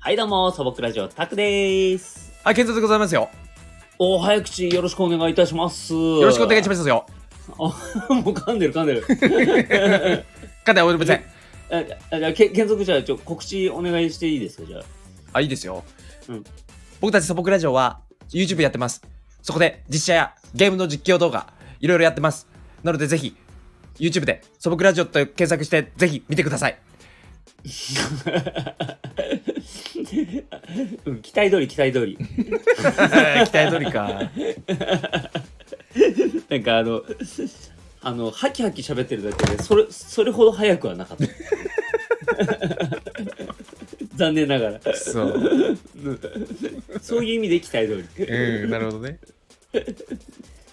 はい、どうも、素朴ラジオ、タクです。はい、健三でございますよ。お、早口、よろしくお願いいたします。よよろしくお願いしまますよ。す。 もう噛んでる噛ん でる。かんでおりません。あじゃあ、じゃあけ継続じゃあ、ちょ、告知お願いしていいですか、じゃあ。あ、いいですよ。うん僕たち素朴ラジオは YouTube やってます。そこで実写やゲームの実況動画、いろいろやってます。なのでぜひ、YouTube で素朴ラジオと検索してぜひ見てください。うん、期待通り、期待 通り。 期待通りか。なんか、あの、あの、ハキハキ喋ってるだけで、それ、それほど早くはなかった。 残念ながら。そう。そういう意味で期待通り。うん、なるほどね。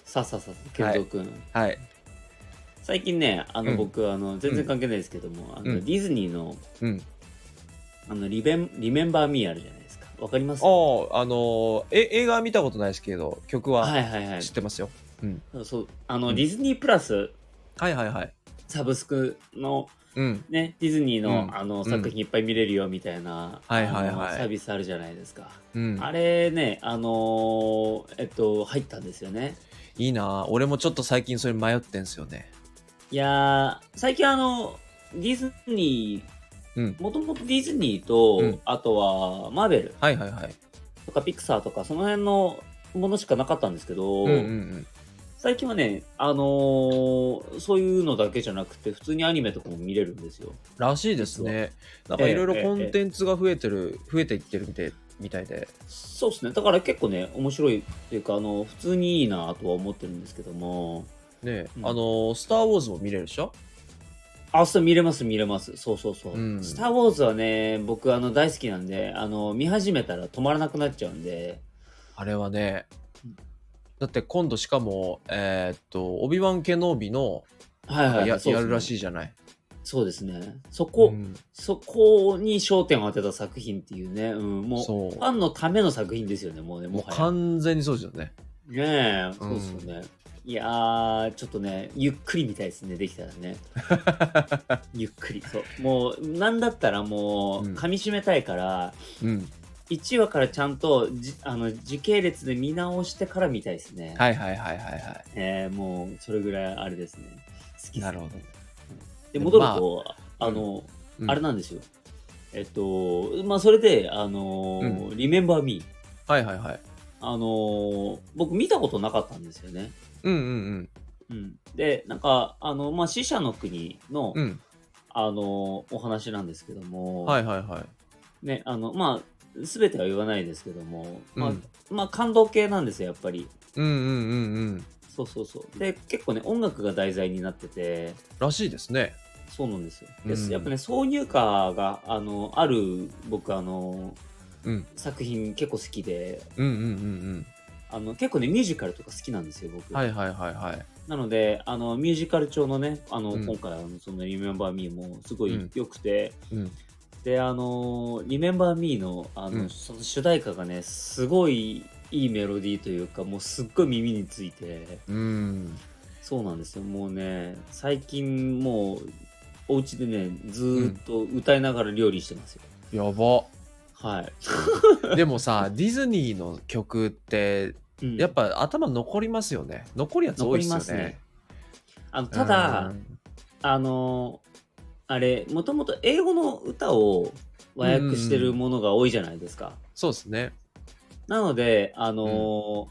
さあさあさあ、健三くん。はい。最近ね、あの、うん僕、あの、全然関係ないですけども、あの、うんディズニーの、うん。あのリベン、リメンバーミーあるじゃないですか。わかりますああ、あのーえ、映画は見たことないですけど、曲ははいはいはい知っ。てますよ。そう、あの、うんディズニープラスはいはいはい。サブスクのうん。ね、ディズニーの,、うんあのん作品いっぱい見れるよみたいな、はいはいはいあのサービスあるじゃないですか。うん。あれね、あのーえっと、入ったんですよね。いいな俺もちょっと最近それ迷ってんすよね。いやー、最近あの、ディズニうんー、。もともとディズニーと、うんあとはマーベルはいはいはい。とかピクサーとか、その辺のものしかなかったんですけど、うんうんうん。最近はね、あのーそういうのだけじゃなくて、普通にアニメとかも見れるんですよ。らしいですね。なんかいろいろコンテンツが増えてる、増えていってるみたいみたいで。そうですね。だから結構ね、面白いっていうか、あの、普通にいいなとは思ってるんですけども。ね、うんあのースター・ウォーズも見れるでしょあ、そう、見れます、見れます。そうそうそう。うんスター・ウォーズはね、僕、あの、大好きなんで、あの、見始めたら止まらなくなっちゃうんで、あれはねうん、だって今度しかも、えーっと、オビワン・ケノービのはいはい、そうや,、ですねやるらしいじゃない。そうですね。そこ、うんそこに焦点を当てた作品っていうね、うん、もう、フそう。ァンのための作品ですよね、もうね、ももうはや。完全にそうですよね。ねえ、そうですよね。いやー、ちょっとね、ゆっくり見たいですね、できたら ね。ゆっくり、そう。もう、なんだったらもう、うん噛み締めたいから、うん。 1話からちゃんとじあの時系列で見直してから見たいですね。はいはいはいはいはえーもう、それぐらいあれですね。好きですい。なるほど。で、戻ると、あの、うんあれなんですよ。えっと、まあ、それで、あのー、リメンバーミー。はいはいはい。あのー僕見たことなかったんですよね。うんうんうん、でなんかあの、まあ、死者の国の,、うん。あのお話なんですけども、うん。はいはいはい。ねあのまあ、全ては言わないですけども、まあうんまあ、感動系なんですよやっぱりうんうんうんうん。そうそうそうで結構ね音楽が題材になっててらしいですね。そうなんですよで、うんやっぱね挿入歌があのある僕あのうん。作品結構好きでうんうんうんあの結構ねミュージカルとか好きなんですよ僕、うん。はいはいはいはい。なのであのミュージカル調のねあの、うん今回あのその「Remember Me」もすごういん良くて、うん。であのー「Remember Me の」あの、うんその主題歌がねすごいいいメロディーというかもうすっごい耳についてうん。そうなんですよもうね最近もうお家でねずーっと歌いながら料理してますよ、やば。はい、で もさ、ディズニーの曲って、うんやっぱ頭残りますよね。残るやつ多いですよ残りますねね。あのただ、うん、あのーあれもともと英語の歌を和訳してるものが多いじゃないですか、そうですね。なのであの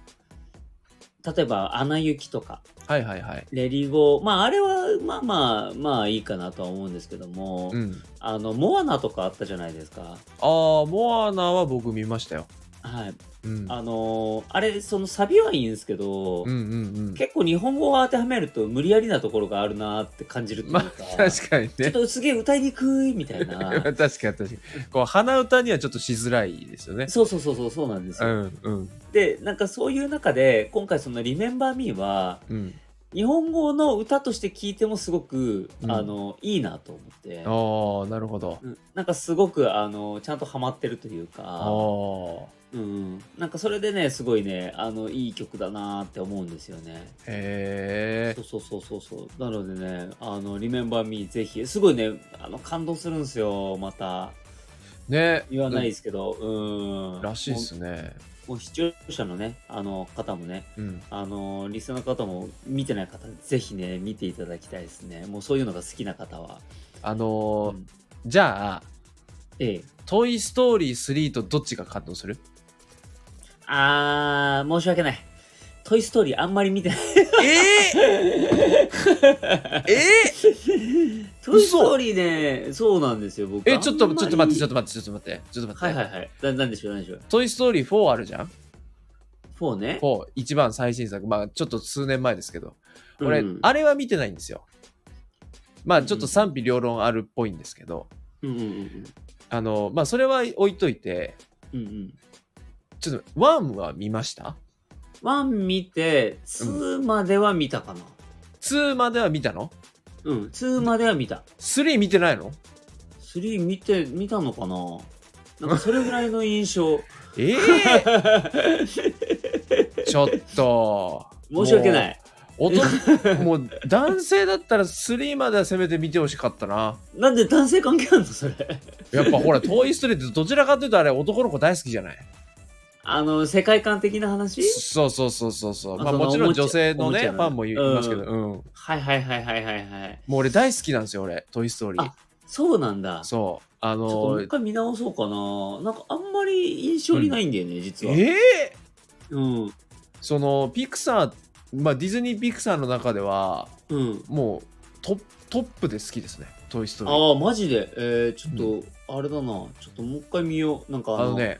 ー例えば「アナ雪」とかはいはいはい。レリゴー、まああれはまあまあまあいいかなとは思うんですけども、うん。あのモアナとかあったじゃないですか。あー、モアナは僕見ましたよ。はい、うん。あのーあれそのサビはいいんですけど、うんうんうん。結構日本語を当てはめると無理やりなところがあるなって感じるというまかあ、、確かにちょっね。とすげえ歌いにくいみたい 確な。かに確かに。こう、鼻歌にはちょっとしづらいですよね。そうそうそうそうそうなんですうよ。んうんでなんかそういう中で今回その「リメンバー・ミー」はうん。日本語の歌として聞いてもすごく、うんあのいいなと思って。ああ、なるほど。うんなんかすごくあのちゃんとハマってるというあか、あうん、なんかそれでねすごいねあのいい曲だなーって思うんですよね。ー。へそうそうそうそうそうなのでね「あの Remember Me」ぜひすごいねあの感動するんですよまた。え。ね言わないですけど、うん。らしいっすもね。うもう視聴者のね、あの方もね、うん。あのリスナーの方も見てない方、ぜひね、見ていただきたいですね。もうそういうのが好きな方は。あのーうんじゃあ、ええ。トイ・ストーリー3とどっちが感動するあー、申し訳ない。トイ・ストーリーあんまり見てない。えー、え トイ・ストーリーね、そうなんですよ、僕。 え、ちょっと、ちょっと待って、ちょっと。と待って、ちょっと待って、ちょっと待って。はいはいはい。ななんでしょう、なんでしょう。トイ・ストーリー4あるじゃん4ね。 ?4、一番最新作。まあ、ちょっと数年前ですけど。うん俺、うんあれは見てないんですよ。まあ、ちょっと賛否両論あるっぽいんですけど、うんうんうんあの、まあ、それは置いといて、うん。うんうん。ちょっと、ワンは見ました1見て、2までは見たかな。 ?2 までは見たのうん、2までは見た。 ?3 見てないの3見て、見たのかななんかそれぐらいの印 象。ええ ちょっと。。申し訳ないい。おともう男性だったら3まではせめて見てほしかったな。なんで男性関係あるのそれ。やっぱ ほら、トイストーリーってどちらかというとあれ男の子大好きじゃないあの、世界観的な話そうそうそうそうそう。まああそのもちろん女性おのもちね、ゃファンもいますけど、うん。もはいはいはいはいはいはい。う俺大好きなんですよ、俺、トイストーリーあ。そうなんだ。そう。あちょっともうの一、回見直そうかな。なんかあんまり印象にないんだよね、実は。ええうん。その、ピクサー、まあディズニーピクサーの中では、うん。もうトップトップで好きですね、トイストーリー。ああ、マジで。えー、ちょっと、あれだな。ちょっともう一回見よう。なんかああの、のね、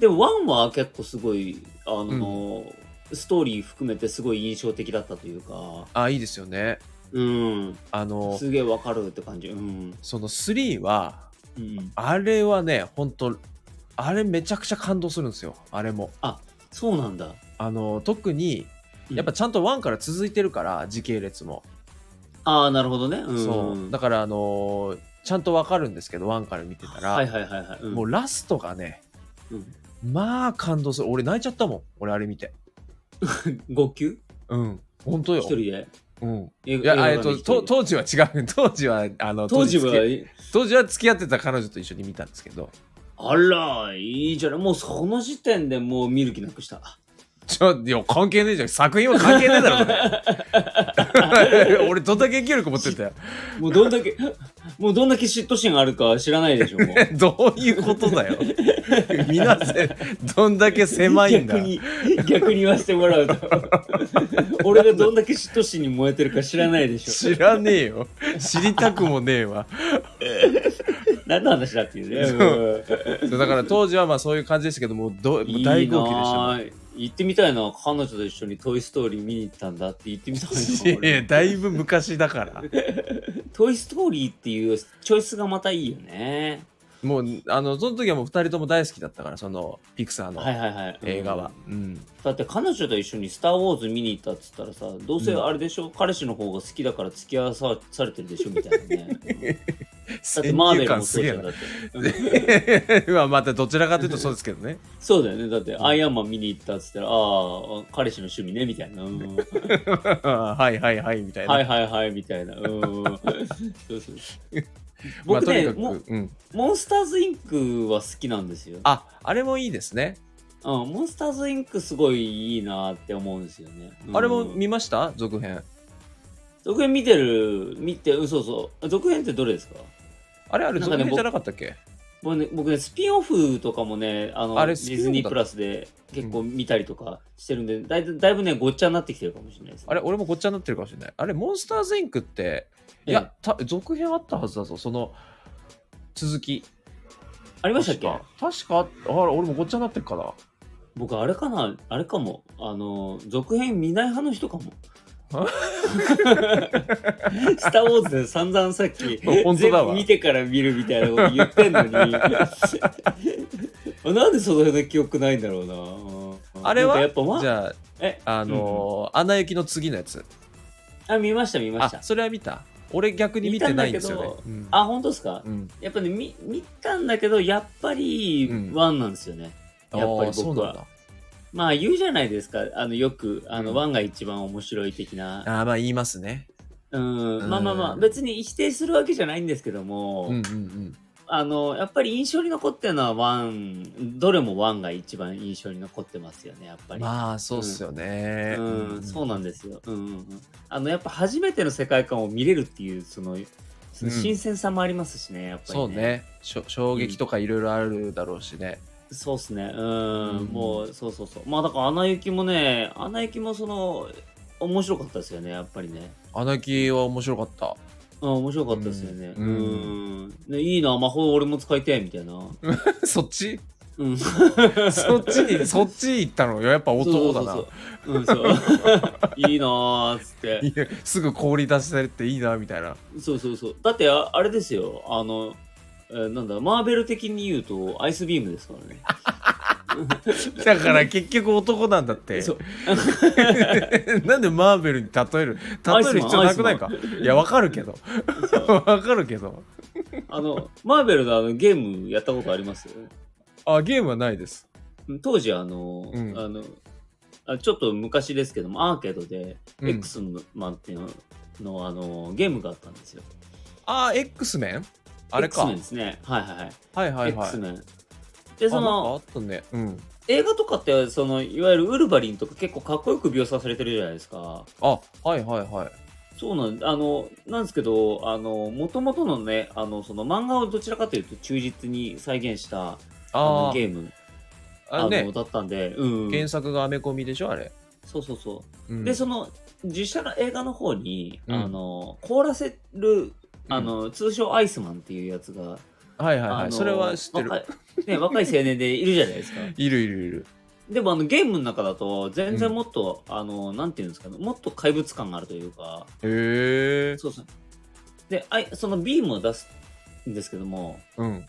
でも1は結構すごい、あの、ストーリー含めてすごい印象的だったというか、あ、いいですよね。うん。あの、すげえわかるって感じ。うん。その3は、うん。あれはね、本当あれめちゃくちゃ感動するんですよ、あれも。そうなんだ。あの、特うに、んやっぱちゃんと1から続いてるから、時系列も。ああ、なるほどね。うん。そう。だかから、あのーちゃんとわかるんですけど、1から見てたら、はいはいはいはい。うんもうラストがね、うんまあ感動する。俺泣いちゃったもん、俺あれ見て。号泣うん。本当よ一。人でうん。えいや、あえ映っ画館でと、一人でと当時は違う。当時は、あの、当時付き合いは、当時は付き合ってた彼女と一緒に見たんですけど、あら、いいじゃない。もうその時点でもう見る気なくした。ちょ、いや、関係ねえじゃん。作品は関係ねえだろ、それ 俺、どんだけ影響力持ってたよ。 もうどんだけ、 もうどんだけ嫉妬心があるか知らないでしょ、もう。どういうことだよ。皆さん、どんだけ狭いんだ逆。に、逆に言わせてもらう と。俺がどんだけ嫉妬心に燃えてるか知らないでし知らねえよ。知りたくもねえわ。ょ。何の話だっていうね。そうだから当時はまあそういう感じでしたけども、どうんいいな大号泣でしたもん。ぁ行ってみたいな彼女と一緒に「トイ・ストーリー」見に行ったんだって言ってみたいない やいや、俺だいぶ昔だから。トイ・ストーリーっていうチョイスがまたいいよねもう、あの、その時はもう二人とも大好きだったから、その、ピクサーのはいはいはい映画は。うん。だって彼女と一緒に「スター・ウォーズ」見に行ったっつったらさどうせあれでしょ、彼氏の方が好きだから付き合わされてるでしょみたいな ねだってマーベルもそうじゃんだってうんえな。まあ またどちらかというとそうですけどね。そうだよねだってアイアンマン見に行ったっつったらああ彼氏の趣味ねみたいな、うんはいはいはい、みたいな。はいはいはいみたいな、うん、そうそうまあ僕ね、とにかもく、うん。モンスターズインクは好きなんですよあ、あれもいいですね。うん、モンスターズインクすごいいいなって思うんですよね、うんあれも見ました続編。続編見てる見てうんそうそう続編ってどれですかあれあれなん続かね編じゃなかったっけ僕ね僕ねスピンオフとかもねあのあデれスピンィオフズだニープラスで結構見たりとかしてるんで、だいぶだいぶねごっちゃになってきてるかもしれないです、ね、あれ俺もごっちゃになってるかもしれない。あれ、モンスターズインクって、いええや、た続編あったはずだぞ、その続き。ありましたっけ確か確かあった、あれ俺もごっちゃになってるかな。僕あれかなあれかもあの続編見ない派の人か もあスター・ウォーズで散々さっき本当だ全部わ見てから見るみたいなこと言ってんの になんでその辺の記憶ないんだろうなうんあれなんはかやっぱじわゃえあ、あのー、アナ雪の次のやつ。あ見ました見まあした、それは見た。俺逆に見てないんですよね見たんだ。うんあ本当ですかうんやっぱね見見たんだけどやっぱりうんワンなんですよね、あーやっぱり僕はそうなんだ。まあ言うじゃないですかあのよくあうのんワンが一番面白い的な、あーまあ言いますね。うんうんまあまあまあ別に否定するわけじゃないんですけども、うんうんうん。あの、やっぱり印象に残ってるのはワン、どれもワンが一番印象に残ってますよね、やっぱり。まあ、そうっすよね。うん、そうなんですよ。うんうんうん。あの、やっぱ初めての世界観を見れるっていう、その、そのうん新鮮さもありますしね、やっぱり、ね。そう。ね。しょ衝撃とかいろいろあるだろうしね。そうっすね。うん、うんもう、そうそうそう。まあ、だから、アナ雪もね、アナ雪もその、面白かったですよね、やっぱりね。アナキは面白かった。あ面白かったですよね。ううんん。ねいいな、魔法俺も使いたい、みたいな。 そっ ち うん。そっちに、そっち行ったのよ。やっぱ男だな。そうそうそう。 うん、そう。いいなーっつって。いやすぐ氷出せっていいな、みたいな。そうそうそう。だってあ、あれですよ。あの、えーなんだ、マーベル的に言うと、アイスビームですからね。だ から結局男なんだって。そう。 なんでマーベルに例える例える必要なくないかアイいやわかるけどそう わかるけどあの、マーベルのあのゲームやったことありますあゲームはないです当時、あの、うんあのあ、ちょっと昔ですけども、アーケードで、うん X マンっていうの、あの、ゲームがあったんですよ。あ X メンあれか X メンですね。はいはいはい。はいはいはい X メン。で、そあなんかあの、ったねうん映画とかって、その、いわゆるウルヴァリンとか結構かっこよく描写されてるじゃないですか。あはいはいはいそうなんあの、なんですけど、あの、もともとのね、あの、その漫画をどちらかというと忠実に再現したあのあーゲーム、あのあのねだったんで、うん。原作がアメコミでしょあれそうそうそう。うんで、その、実写の映画の方に、うんあの、凍らせる、うんあの、通称アイスマンっていうやつが、はいはいあはのいそれは知ってる若いね、若い青年でいるじゃない ですか。いるいるいるでもあのゲームの中だと全然もっと、あのなんていうんですかねもっと怪物感があるというかへえそうそうであいそのビームを出すんですけどもうん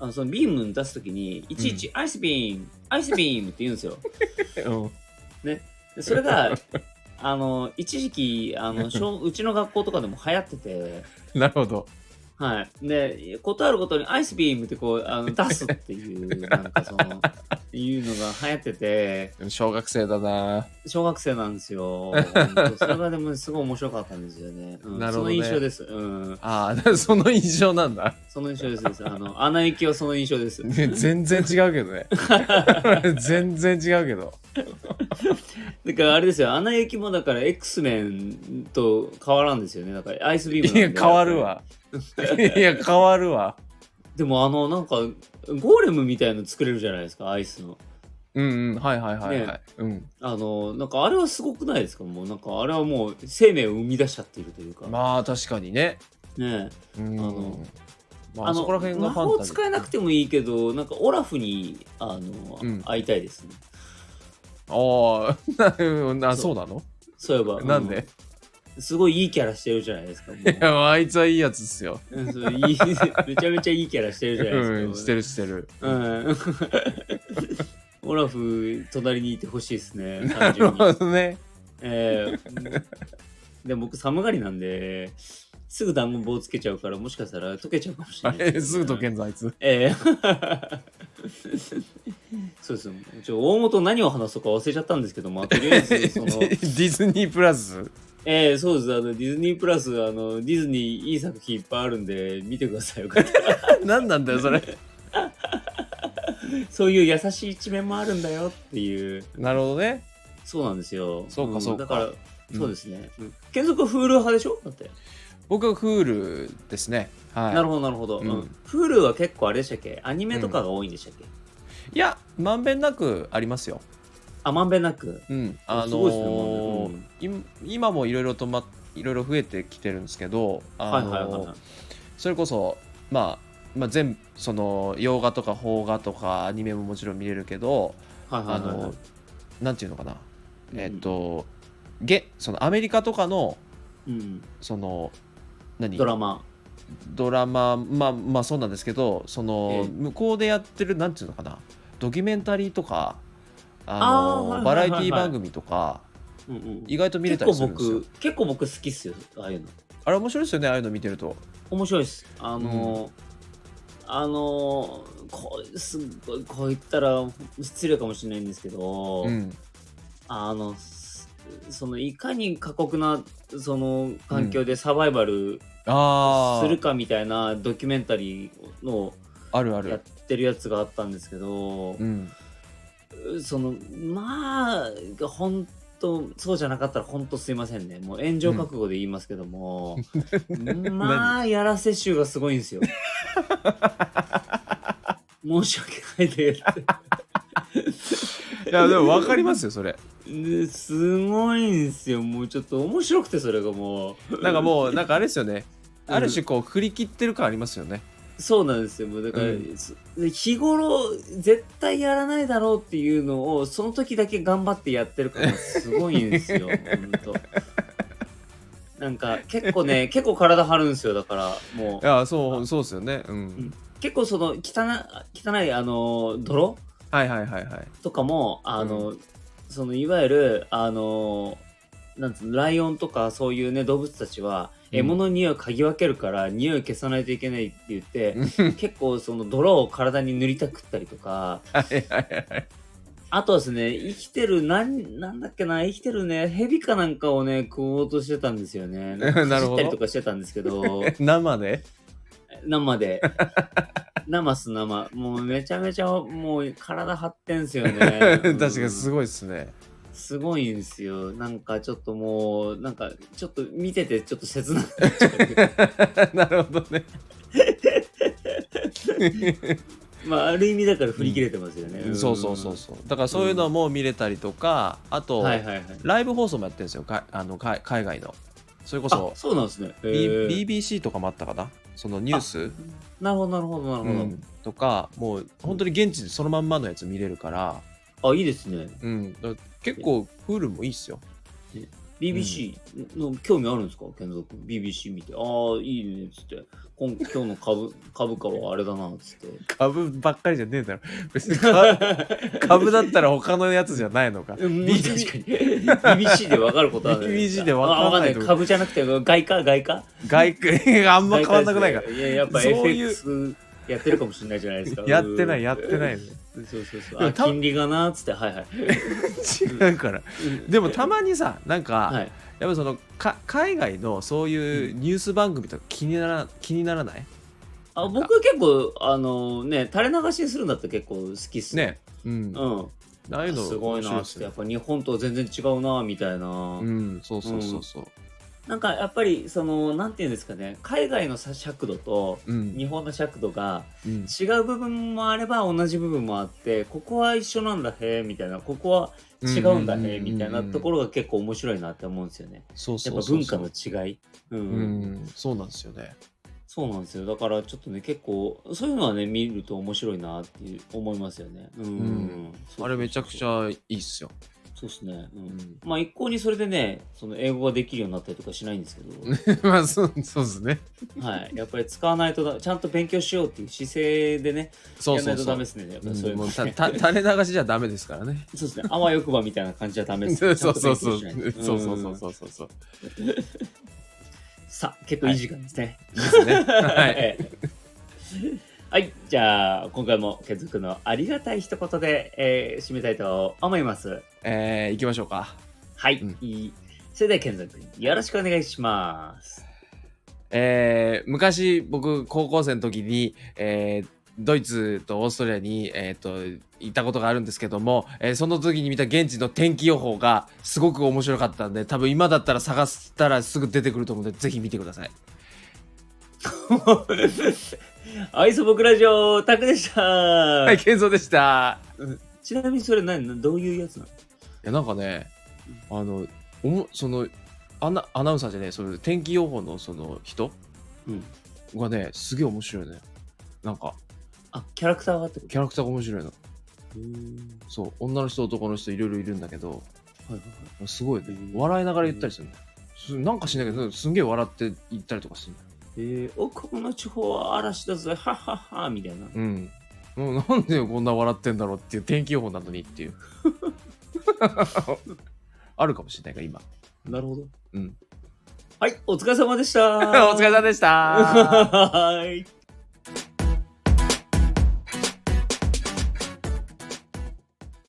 あのそのビームを出すときにいちいちアイスビーム、アイスビームって言うんですようんでそれ があの一時期あの小うちの学校とかでも流行っててなるほどはいで断ることにアイスビームってこう あの出すっていうなんかそのいうのが流行ってて小学生だな小学生なんです よ。本当それがでもすごい面白かったんですよね。うんなるほどそのね印象です。うん。あー その印象なんだその印象ですです。あの、穴行きはその印象です。ね全然違うけどね 全然違うけどだからあれですよ、穴行きもだから X メンと変わらんですよね。だからアイスビームいやなんで変わる。わいや変わるわでもあの、なんか、ゴーレムみたいの作れるじゃないですか、アイスの。うんうんはいはいはいはい、ねうんあの、なんかあれはすごくないですかもうなんかあれはもう生命を生み出しちゃっているというか。まあ確かにねねえうんあのまあそこら辺が魔ファン法タジー使えなくてもいいけど、なんかオラフに、あの、うん会いたいですね。ああな あそうなのそういえば。なんで、 すごいいいキャラしてるじゃないですか。もういやあいつはいいやつっすよ、 うんそういいめちゃめちゃいいキャラしてるじゃなういん、でしすてか。るしてる、うん オラフ、隣にいてほしいですね。単なる純にほど ねえーでも僕、寒がりなんで、すぐ団子棒つけちゃうから、もしかしたら溶けちゃうかもしれあないでれ すぐ解けんぞあいつえーそうですちょ大元何を話そうか忘れちゃったんですけども、まあとりあえデず その、ィズニープ ラスええそうです。あの、ディズニープラス、あの、ディズニーいい作品いっぱいあるんで、見てください。よ かったら何なんだよそれそういう優しい一面もあるんだよっていう。 なるほどねそうなんですよ。そうかんそうかだから、うんそうですね。継続フール派でしょだって。僕は Hulu ですねはいなるほど、なるほど。ううんん。フールは結構あれでしたっけアニメとかが多いんでしたっけいやまんべんなくありますよあ、まんべんなく。うん、あすのごいですねもうーね今今もいろいろとまいろいろ増えてきてるんですけど、はあいのはいはいはい。それこそまあまあ全部その洋画とか邦画とかアニメももちろん見れるけど、はいはいあはいはのい。なんていうのかな、うんえっとげそのアメリカとかのうん。その何ドラマ。ドラマまあまあそうなんですけどその、ええ向こうでやってるなんていうのかなドキュメンタリーとかああーのはいバはラエいはいテはいィ番組とかうんうん。意外と見れた結り構するんですよ僕、結構僕好きっすよ。ああいうの。あれ面白いですよねああいうの見てると面白いですあのーあのーこうすっごいこう言ったら失礼かもしれないんですけど、うんあのすそのいかに過酷なその環境でサバイバルあするーかみたいなドキュメンタリーのあるあやっるてるやつがあったんですけどう、んそのまあ本当そうじゃなかったら本当すいませんねもう炎上覚悟で言いますけども、まあやらせ臭がすごいんですよ申し訳ないでいやでも分かりますよ それですごいんですよもうちょっと面白くてそれがもうなんかもうなんかあれですよねうんある種こう振り切ってる感ありますよねそうなんですよもうだから、うんそ日頃絶対やらないだろうっていうのをその時だけ頑張ってやってるからすごいんですよ本当なんか結構ね結構体張るんですよだからもいやそうそうですよねうんんう結構その汚な汚いあの泥はいはいはいはいとかもあの、そのいわゆるあのなんつうのライオンとかそういうね動物たちはうん獲物の匂いを嗅ぎ分けるから匂い消さないといけないって言って、結構その泥を体に塗りたくったりとかはいはいはいあとはですね生きてるなんなんだっけな生きてるね蛇かなんかをね食おうとしてたんですよ ねなるかじっほどたりとかしてたんですけ ど生で生で生っす生もうめちゃめちゃもう体張ってんすよね 確かにすごいごいですねすごいんですよなんかちょっともうなんかちょっと見ててちょっと切なくなっちゃう なるほどね まあある意味だから振り切れてますよね、んそうそうそうそうだからそういうのも見れたりとかあとはいはいはいライブ放送もやってるんですよかあのか海外のそれこあそそうなんですね、へ B ー BBC とかもあったかなそのニュースなるほどなるほどなるほど、うんとかもう本当に現地でそのまんまのやつ見れるから,、あいいですねうん、だから結構 Hulu もいいっすよ BBC の興味あるんですか健三君 BBC 見てああいいねっつって今今日の株株価はあれだなっつって株ばっかりじゃねえだ ろ別にか株だったら他のやつじゃないのかうん確かに BBC で分かることある BBC で分かんないあわかんない株じゃなくて外貨外貨外国あんま変わんなくないからいや、やっぱそういう FX やってるかもしれないじゃないですか。。やってないやってないい そうそうそう。でもあ、た金利がなーっつって、はいはい。 違うからでもたまにさなんか、はい。やっぱそのか海外のそういうニュース番組とか気になら気にならないあ、僕は結構、あのね、垂れ流しにするんだったら結構好きっす。ねうんう。ああいうんのすごいなーっ面白でつっすて、やねっぱ日本とは全然違うなーみたいなう。んそうそうそうそうなんかやっぱり、その、なんていうんですかね、海外のさ尺度と、うん日本の尺度がうん違う部分もあれば同じ部分もあってここは一緒なんだへーみたいなここは違うんだへーみたいなところろが結構面白いなって思うんですよね。そうやっそうぱそう文化の違い。うん、うんそうなんですよねそうなんですよ。だからちょっとね、結構、そういうのはね、見ると面白いなっていう思いますよね。うん。んあれめちゃくち。ゃいいっすよそうですね。うん。うんまあ、一向にそれでね、その英語ができるようになったりとかしないんですけ ど、まあそうそうですねはい。やっぱり使わないとだ、ちゃんと勉強しようっていう姿勢でね、そうやらないそうとそダメでうすね。やっぱうりそういんうのもうね。たた垂れ流しじゃダメですからね そうですね。あわよくばみたいな感じじゃダメです そね。うそうそうそうちゃんと勉強しないとそうそうそんうそうそうそうさあ、結構いい時間ですね。いいっすねはいはい。はい、じゃあ今回もケンズくんのありがたい一言で、えー締めたいと思います。えー行きましょうかはい、うんいいそれではケンズくんよろしくお願いし ます。えー昔僕高校生の時に、えードイツとオーストラリアに、えー、と行ったことがあるんですけども、えーその時に見た現地の天気予報がすごく面白かったんで多分今だったら探したらすぐ出てくると思うのでぜひ見てください。アイソボクラジオタクでした、はい、健三でした。ちなみにそれ何どういうやつなのいやなんかねあのおもそのアナアナウンサーじゃねえその天気予報のその人、うんがねすげえ面白いねなんかあキャラクターがってこキャラクターが面白いのとうーんそう女の人男の人いろいろいるんだけどはいはいはいすごいねうん笑いながら言ったりするんだよすなんかしないけどすんげえ笑って言ったりとかするんだよえー、おこの地方は嵐だぜはっはっはみたいなうんもうなんでこんな笑ってんだろうっていう天気予報なのに っていうあるかもしれないから今なるほどうん はいお疲れ様でし おた 疲れ様でした はい